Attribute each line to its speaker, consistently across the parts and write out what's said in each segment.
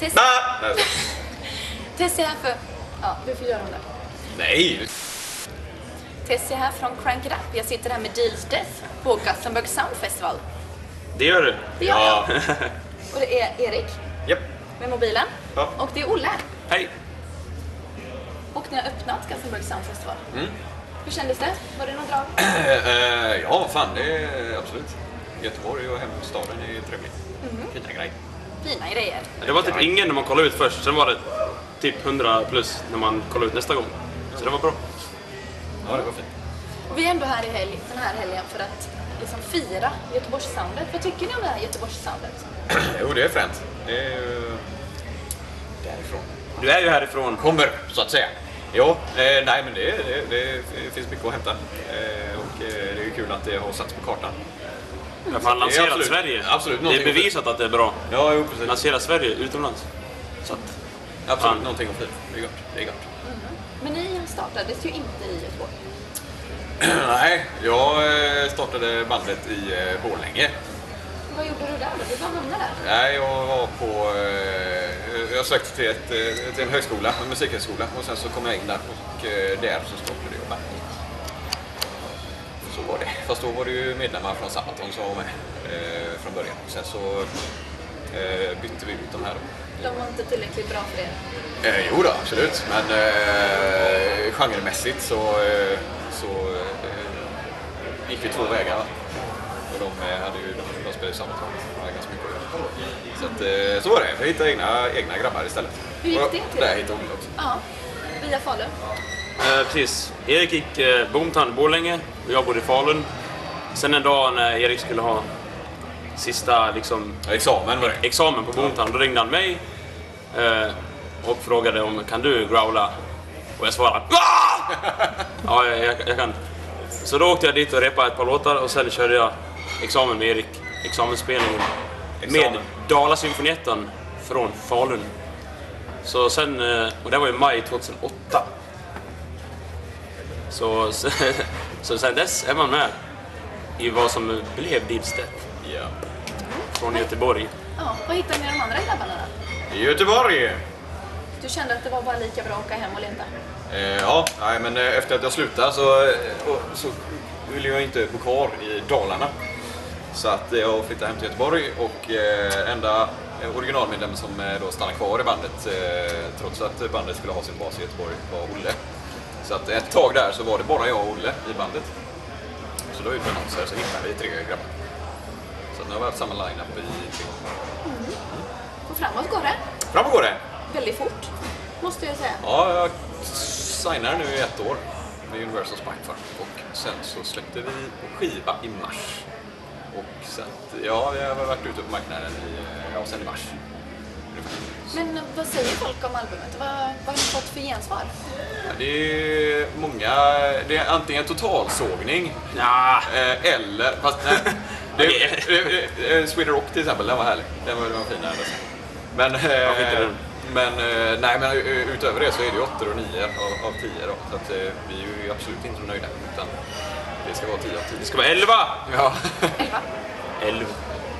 Speaker 1: Tessie,
Speaker 2: Ah! Nej,
Speaker 1: Tessie här för... Ja, du får göra om det.
Speaker 2: Nej!
Speaker 1: Tessie här från Crank It Up. Jag sitter här med Deals Death på Gothenburg Sound Festival.
Speaker 2: Det gör du?
Speaker 1: Det gör jag. Och det är Erik
Speaker 2: Japp.
Speaker 1: med mobilen.
Speaker 2: Ja.
Speaker 1: Och det är Olle.
Speaker 2: Hej!
Speaker 1: Och ni har öppnat Gothenburg Sound Festival.
Speaker 2: Mm.
Speaker 1: Hur kändes det? Var det någon drag?
Speaker 2: Eh, ja, fan det är absolut. Göteborg och hemstaden är ju trevligt. Fina grejer.
Speaker 1: Fina grejer.
Speaker 3: Det var typ ingen när man kollade ut först, sen var det typ 100 plus när man kollade ut nästa gång. Så det var bra.
Speaker 2: Ja, det var fint.
Speaker 1: Och vi är ändå här i helg, den här helgen för att liksom fira Göteborgssoundet. Vad tycker ni om det här Göteborgssoundet?
Speaker 2: Jo, det är fränt. Det är ju därifrån.
Speaker 3: Du är ju härifrån.
Speaker 2: Kommer, så att säga. Jo, eh, nej men det, det, det finns mycket att hämta. Eh, och eh, det är ju kul att det har satts på kartan.
Speaker 3: Därför har
Speaker 2: Det är
Speaker 3: lanserat
Speaker 2: absolut-
Speaker 3: Sverige.
Speaker 2: absolut
Speaker 3: det är
Speaker 2: någonting-
Speaker 3: bevisat att det är bra.
Speaker 2: Ja, jo precis.
Speaker 3: Lansera Sverige utomlands. Så att,
Speaker 2: Absolut,
Speaker 3: Ja.
Speaker 2: någonting att fira. Det är gott. Det är gott.
Speaker 1: Men ni startades ju inte i Göteborg.
Speaker 2: Nej, jag eh, startade bandet i eh, Borlänge.
Speaker 1: Vad gjorde du där då? Du bara hamnade där.
Speaker 2: Nej, jag var på... eh, Jag sökte till, ett, eh, till en högskola, en musikhögskola och sen så kom jag in där och eh, där så startade jag bandet. Så var det. Fast då var det ju medlemmar från Sabaton som var med eh, från början. Sen så eh, bytte vi ut de här.
Speaker 1: De var inte tillräckligt bra för er.
Speaker 2: Eh, jo då, absolut. Men eh, genremässigt så, eh, så eh, gick vi två vägar. va. Och de, eh, hade ju, de, de spelade ju samma tag. Det var ganska mycket att göra. Så, att, eh, så var det. Jag hittade egna, egna grabbar istället.
Speaker 1: Hur gick
Speaker 2: Och
Speaker 1: det till?
Speaker 2: Där hittade Olle också.
Speaker 1: Ja, via Falun.
Speaker 3: eh, precis. Erik gick eh, Bomtan i Borlänge och jag bodde i Falun. Sen en dag när Erik skulle ha sista liksom,
Speaker 2: Ja, Examen var det.
Speaker 3: examen på Bomtan, då ringde han mig eh, och frågade om kan du growla? Och jag svarade "Ah!" Ja, jag, jag, jag kan. Så då åkte jag dit och repade ett par låtar och sen körde jag examen med Erik, examensspelningen
Speaker 2: Examen.
Speaker 3: med Dalasymfonietten från Falun. Så sen, eh, och det var i maj 2008. Så, så, så sen dess är man med i vad som blev Dibstedt
Speaker 2: Ja.
Speaker 3: från Göteborg.
Speaker 1: Ja, vad hittade ni de andra grabbarna då?
Speaker 2: I Göteborg!
Speaker 1: Du kände att det var bara lika bra att åka hem och leta?
Speaker 2: Eh, ja, nej, men eh, efter att jag slutade så, eh, och, så ville jag inte bo kvar i Dalarna. Så att eh, jag flyttade hem till Göteborg och eh, enda eh, originalmedlem som eh, då stannade kvar i bandet eh, trots att eh, bandet skulle ha sin bas i Göteborg var Olle. Så att ett tag där så var det bara jag och Olle i bandet. Så då ut med annonser så hittade vi tre grabbar. Så att nu har vi haft samma line-up i tre år.
Speaker 1: Och framåt går det.
Speaker 2: Fram går det!
Speaker 1: Väldigt fort, måste jag säga.
Speaker 2: Ja, jag signar nu i ett år med Universal Spikefarm och sen så släppte vi skiva i mars. Och sen, ja, vi har varit ute på marknaden i, ja, sen i mars.
Speaker 1: Men eh, vad säger folk om albumet? Vad, vad har ni fått för gensvar?
Speaker 2: Ja, det är många, det är antingen totalsågning
Speaker 3: Ja.
Speaker 2: eh, eller, fast nej. Det, det, det, eh, Sweden Rock till exempel, den var härlig. Den var, den var fin. den där. Men,
Speaker 3: skit i
Speaker 2: eh,
Speaker 3: den.
Speaker 2: men, eh, nej, men eh, utöver det så är det 8 och 9 av, av 10 då. Så att, eh, vi är ju absolut inte nöjda. Utan det ska vara 10 av 10.
Speaker 3: Det ska vara 11!
Speaker 2: Ja.
Speaker 1: Elva?
Speaker 3: 11.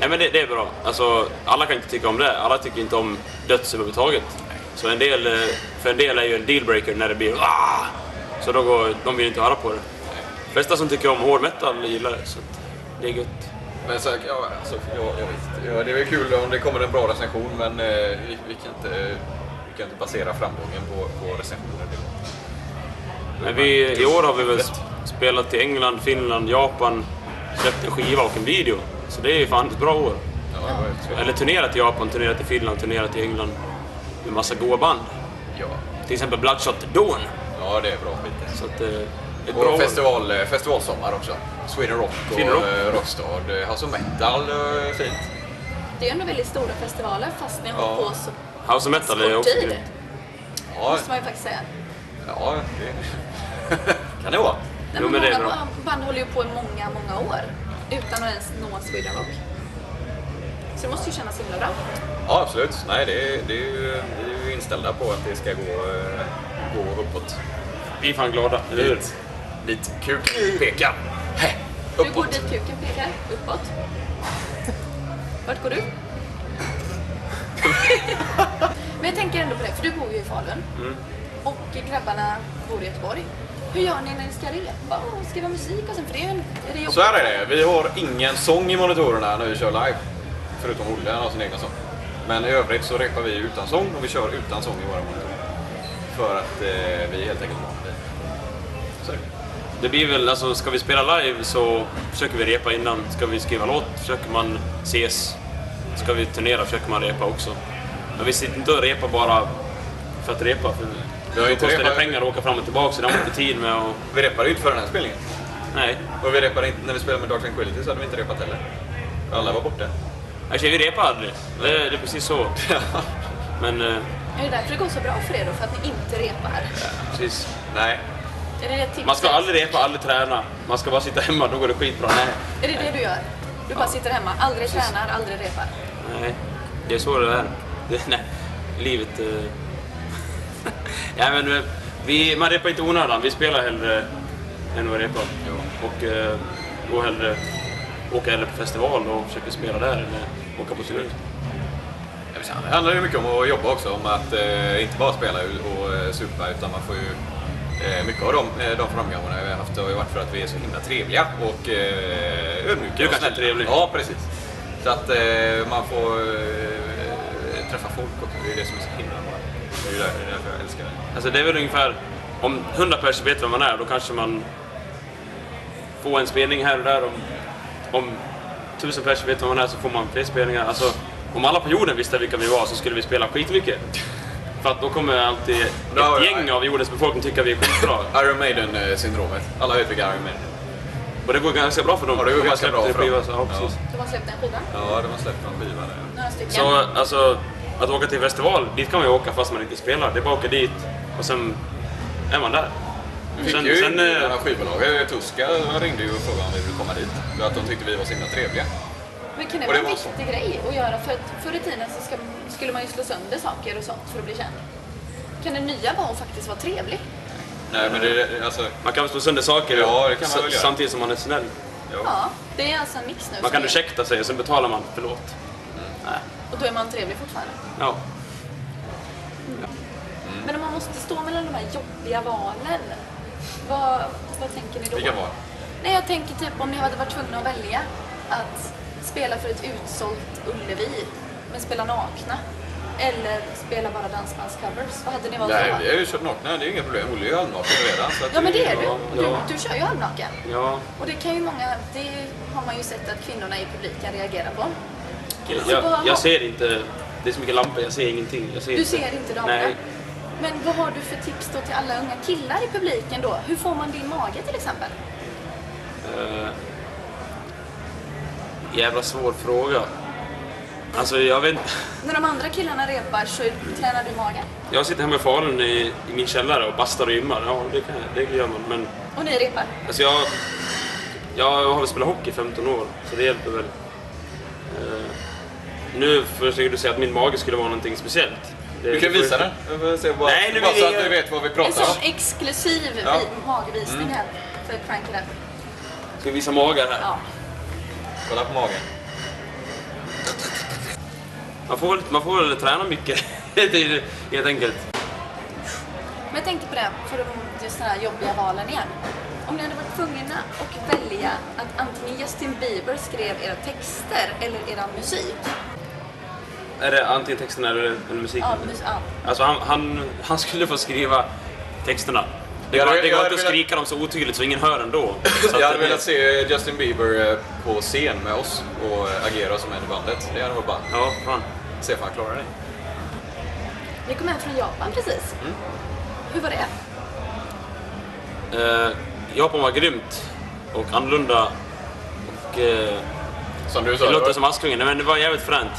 Speaker 3: Nej men det, det är bra. Alltså, alla kan inte tycka om det. Alla tycker inte om döds överhuvudtaget. Så en del, eh, för en del är ju en dealbreaker när det blir ah! Så då går, de vill inte höra på det. De flesta som tycker om hård metal gillar det, så att det är gött.
Speaker 2: Men så, ja, alltså, ja, ja, visst. Ja, det är väl kul om det kommer en bra recension men eh, vi, vi, kan inte, vi kan inte basera framgången på, på recensioner.
Speaker 3: Men vi, i år har vi väl s- spelat till England, Finland, Japan, släppt en skiva och en video. Så det är ju fan ett bra år.
Speaker 2: Ja, det var ju trevligt.
Speaker 3: Eller turnerat till Japan, turnerat till Finland, turnerat till England. Med massa goa band.
Speaker 2: ja.
Speaker 3: Till exempel Bloodshot Dawn.
Speaker 2: ja, det är bra skit.
Speaker 3: Så att, eh, ett bra
Speaker 2: Och
Speaker 3: år.
Speaker 2: festival, eh, festivalsommar också. Sweden Rock och
Speaker 3: Sweden Rock.
Speaker 2: eh, Rockstad. Eh, House of Metal, eh, fint.
Speaker 1: Det är ju ändå väldigt stora festivaler fast ni har
Speaker 2: Ja.
Speaker 1: hållit på så
Speaker 3: House of Metal är
Speaker 1: kort
Speaker 3: också
Speaker 1: tid.
Speaker 3: grymt.
Speaker 2: Ja,
Speaker 1: Måste man ju faktiskt säga.
Speaker 2: ja det kan det vara.
Speaker 1: Nej,
Speaker 3: Jo,
Speaker 1: men
Speaker 3: men det är
Speaker 1: många
Speaker 3: bra.
Speaker 1: band håller ju på i många, många år utan att ens nå Sweden Rock. Så det måste ju kännas himla bra.
Speaker 2: Ja, absolut. Nej, det, är- det är ju, vi är ju inställda på att det ska gå, eh, gå uppåt.
Speaker 3: Vi är fan glada, eller hur?
Speaker 2: Dit, dit kuken pekar. Heh,
Speaker 1: Du går dit kuken pekar, uppåt. Vart går du? tänker ändå på det, för du bor ju i Falun.
Speaker 3: Mm.
Speaker 1: Och grabbarna bor i Göteborg. Hur gör ni när ni ska repa och skriva musik och sen? För det är ju en... Är det jobbigt?
Speaker 2: Så här är det, vi har ingen sång i monitorerna när vi kör live. Förutom Olle, han har sin egna sång. Men i övrigt så repar vi utan sång och vi kör utan sång i våra monitorer. För att eh, vi är helt enkelt vana vid det. Så är det.
Speaker 3: Det blir väl, alltså ska vi spela live så försöker vi repa innan. Ska vi skriva låt försöker man ses. Ska vi turnera försöker man repa också. Men vi sitter inte och repar bara för att repa. För
Speaker 2: Vi har
Speaker 3: då
Speaker 2: inte
Speaker 3: kostar det
Speaker 2: repat-
Speaker 3: pengar att åka fram och tillbaka så det har man inte tid med och...
Speaker 2: Vi repade ju inte för den här spelningen.
Speaker 3: Nej.
Speaker 2: Och vi repade inte, när vi spelade med Dark Tranquility så hade vi inte repat heller. Alla var borta.
Speaker 3: Actually, vi repar aldrig. Det, det är precis så. Men eh,
Speaker 1: Är det därför det går så bra för er då? För att ni inte repar?
Speaker 3: precis.
Speaker 2: Nej.
Speaker 1: Är det det tipset?
Speaker 3: Man ska aldrig repa, aldrig träna. Man ska bara sitta hemma, då går det skitbra. Nej.
Speaker 1: Är det det du gör? Du bara sitter hemma, aldrig tränar, aldrig repar.
Speaker 3: Nej, det är så det är. Det, nej, livet... Eh... ja, men, eh, vi, man repar inte i onödan, vi spelar hellre än att repa. Och eh, går hellre, åker hellre på festival och försöker spela där eller åka på turné.
Speaker 2: Jag vet inte, Det handlar ju mycket om att jobba också, om att eh, inte bara spela och eh, supa utan man får ju eh, mycket av de, eh, de framgångarna vi har haft har ju varit för att vi är så himla trevliga och eh, ödmjuka.
Speaker 3: Du
Speaker 2: och
Speaker 3: kanske är
Speaker 2: snälla.
Speaker 3: trevlig.
Speaker 2: Ja, precis. Så att eh, man får eh, träffa folk också, det är det som är så himla bra. Det är ju där- det är därför jag älskar det.
Speaker 3: Alltså det är väl ungefär, om 100 pers vet vem man är, då kanske man får en spelning här och där. Om, om 1000 pers vet vem man är så får man fler spelningar. Alltså, om alla på jorden visste vilka vi var så skulle vi spela skitmycket. För att då kommer alltid
Speaker 2: Ja,
Speaker 3: ett
Speaker 2: ja,
Speaker 3: gäng
Speaker 2: ja.
Speaker 3: av jordens befolkning tycka vi är skitbra.
Speaker 2: Iron Maiden-syndromet. Alla vet vilka Iron Maiden är.
Speaker 3: Och det går ganska bra för dem.
Speaker 2: Ja, det går
Speaker 3: De har
Speaker 2: ganska
Speaker 3: släppt
Speaker 2: bra
Speaker 3: en
Speaker 2: för dem.
Speaker 3: skiva, så- Ja, precis.
Speaker 1: De har släppt en skiva,
Speaker 2: Ja, de har släppt någon skiva där.
Speaker 1: några stycken.
Speaker 3: Så alltså, att åka till festival, dit kan man ju åka fast man inte spelar. Det är bara att åka dit och sen är man där.
Speaker 2: Fick
Speaker 3: Sen-
Speaker 2: ju
Speaker 3: sen, eh,
Speaker 2: några skivbolag. Eh, Tuska ringde ju och frågade om vi ville komma dit. För att de tyckte vi var så himla trevliga.
Speaker 1: Men kan det
Speaker 2: Och
Speaker 1: vara
Speaker 2: det
Speaker 1: en
Speaker 2: var så.
Speaker 1: viktig grej att göra? För att förr i tiden så ska, skulle man ju slå sönder saker och sånt för att bli känd. Kan det nya vara att faktiskt vara trevlig?
Speaker 2: Nej, men det, alltså,
Speaker 3: Man kan väl slå sönder saker
Speaker 2: Ja, det kan man
Speaker 3: sa-
Speaker 2: väl göra.
Speaker 3: samtidigt som man är snäll.
Speaker 2: ja.
Speaker 1: Ja, det är alltså en mix nu.
Speaker 3: Man
Speaker 1: som
Speaker 3: kan
Speaker 1: är-
Speaker 3: ursäkta sig och sen betalar man förlåt. Nej.
Speaker 1: Och då är man trevlig fortfarande.
Speaker 2: Mm.
Speaker 3: Ja.
Speaker 1: Men om man måste stå mellan de här jobbiga valen, vad, vad tänker ni då?
Speaker 2: Vilka val?
Speaker 1: Nej, jag tänker typ om ni hade varit tvungna att välja att spela för ett utsålt Ullevi, men spela nakna. Eller spela bara dansbandscovers. Vad hade ni valt
Speaker 2: Nej,
Speaker 1: då?
Speaker 2: vi har ju kört nakna. Det är ju inga problem. Olle är ju halvnaken redan. Så att
Speaker 1: Ja, men det är du.
Speaker 3: Ja,
Speaker 1: Du,
Speaker 3: ja.
Speaker 1: du kör ju halvnaken.
Speaker 3: Ja.
Speaker 1: Och det kan ju många, det har man ju sett att kvinnorna i publiken reagerar på.
Speaker 3: Jag,
Speaker 1: Så vad-
Speaker 3: jag, ser inte. Det är så mycket lampor, jag ser ingenting. Jag ser
Speaker 1: Du ser inte damerna.
Speaker 3: Nej.
Speaker 1: Men vad har du för tips då till alla unga killar i publiken då? Hur får man din mage till exempel?
Speaker 3: Eh, jävla svår fråga. Alltså jag vet inte.
Speaker 1: När de andra killarna repar så tränar du magen.
Speaker 3: Jag sitter hemma i Falun i, i min källare och bastar och gymmar. Ja, det, kan, jag- det gör man. Men
Speaker 1: Och ni repar.
Speaker 3: alltså jag, jag har väl spelat hockey i 15 år, så det hjälper väl. Eh, nu försöker du säga att min mage skulle vara någonting speciellt. Det-
Speaker 2: Du kan
Speaker 3: det får-
Speaker 2: visa den. Jag får se bara,
Speaker 3: Nej, nu
Speaker 2: bara
Speaker 3: vill
Speaker 2: så
Speaker 3: jag-
Speaker 2: att du vet vad vi
Speaker 1: En
Speaker 2: pratar om.
Speaker 1: sån exklusiv vi-
Speaker 2: Ja. Mm.
Speaker 1: magvisning här för Crank It Up.
Speaker 3: Ska vi visa magar här?
Speaker 1: Ja.
Speaker 2: Kolla på magen.
Speaker 3: Man får, väl- man får väl träna mycket, Det är det, helt enkelt.
Speaker 1: Men jag tänkte på det, för de just den här jobbiga valen igen. Om ni hade varit tvungna att välja att antingen Justin Bieber skrev era texter eller era musik.
Speaker 3: Är det antingen texterna eller, eller musiken?
Speaker 1: Ja, mus- ja.
Speaker 3: Alltså han, han, han skulle få skriva texterna. Det
Speaker 2: Jag
Speaker 3: går,
Speaker 2: hade-
Speaker 3: det
Speaker 2: jag
Speaker 3: går
Speaker 2: hade
Speaker 3: inte
Speaker 2: velat-
Speaker 3: att skrika dem så otydligt så ingen hör ändå. Så att
Speaker 2: Jag hade
Speaker 3: det-
Speaker 2: velat se Justin Bieber eh, på scen med oss och eh, agera som en i bandet. Det hade varit ballt.
Speaker 3: Ja, fan.
Speaker 2: Se om han klarar det.
Speaker 1: Ni kom hem från Japan precis. Hur var det?
Speaker 3: Eh, Japan var grymt och annorlunda. Och, eh,
Speaker 2: Som du sa.
Speaker 3: det låter
Speaker 2: var-
Speaker 3: som Askungen, men det var jävligt fränt.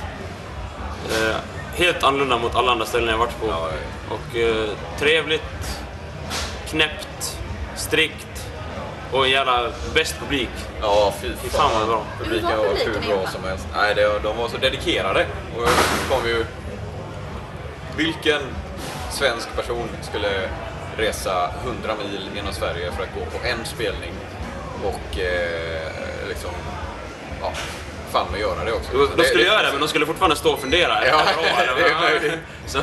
Speaker 3: Eh, helt annorlunda mot alla andra ställen jag varit på.
Speaker 2: Ja, det
Speaker 3: Och eh, trevligt, knäppt, strikt och en jävla bäst publik.
Speaker 2: Ja, fy
Speaker 3: Fy fan vad bra.
Speaker 2: Publiken
Speaker 1: Hur var
Speaker 2: var hur
Speaker 1: publiken i
Speaker 2: bra
Speaker 1: Japan?
Speaker 2: som helst. Nej, det, de var så dedikerade. Och det kom ju... Vilken svensk person skulle resa 100 mil genom Sverige för att gå på en spelning och eh, liksom... Ja, fan med göra det också.
Speaker 3: De skulle göra det, men de skulle fortfarande stå och fundera.
Speaker 2: Ja,
Speaker 3: Ja,
Speaker 2: det är möjligt.
Speaker 3: så,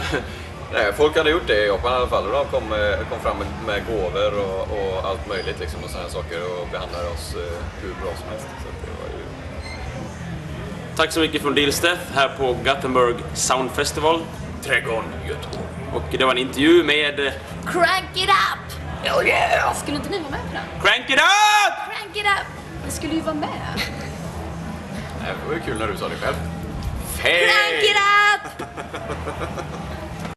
Speaker 2: Nej, folk hade gjort det i Japan i alla fall och de kom, eh, kom fram med, med gåvor och, och allt möjligt liksom och sådana saker och behandlade oss eh, hur bra som helst. Så att det var ju...
Speaker 3: Tack så mycket från Deal Steth här på Gothenburg Sound Festival.
Speaker 2: Trädgården Göteborg.
Speaker 3: Och det var en intervju med eh,
Speaker 1: Crank it up! Skulle inte ni vara med på den?
Speaker 3: Crank It Up!
Speaker 1: Crank it up! Ni skulle ju vara med.
Speaker 2: Nej, Det var ju kul när du sa det själv.
Speaker 1: Crank it up!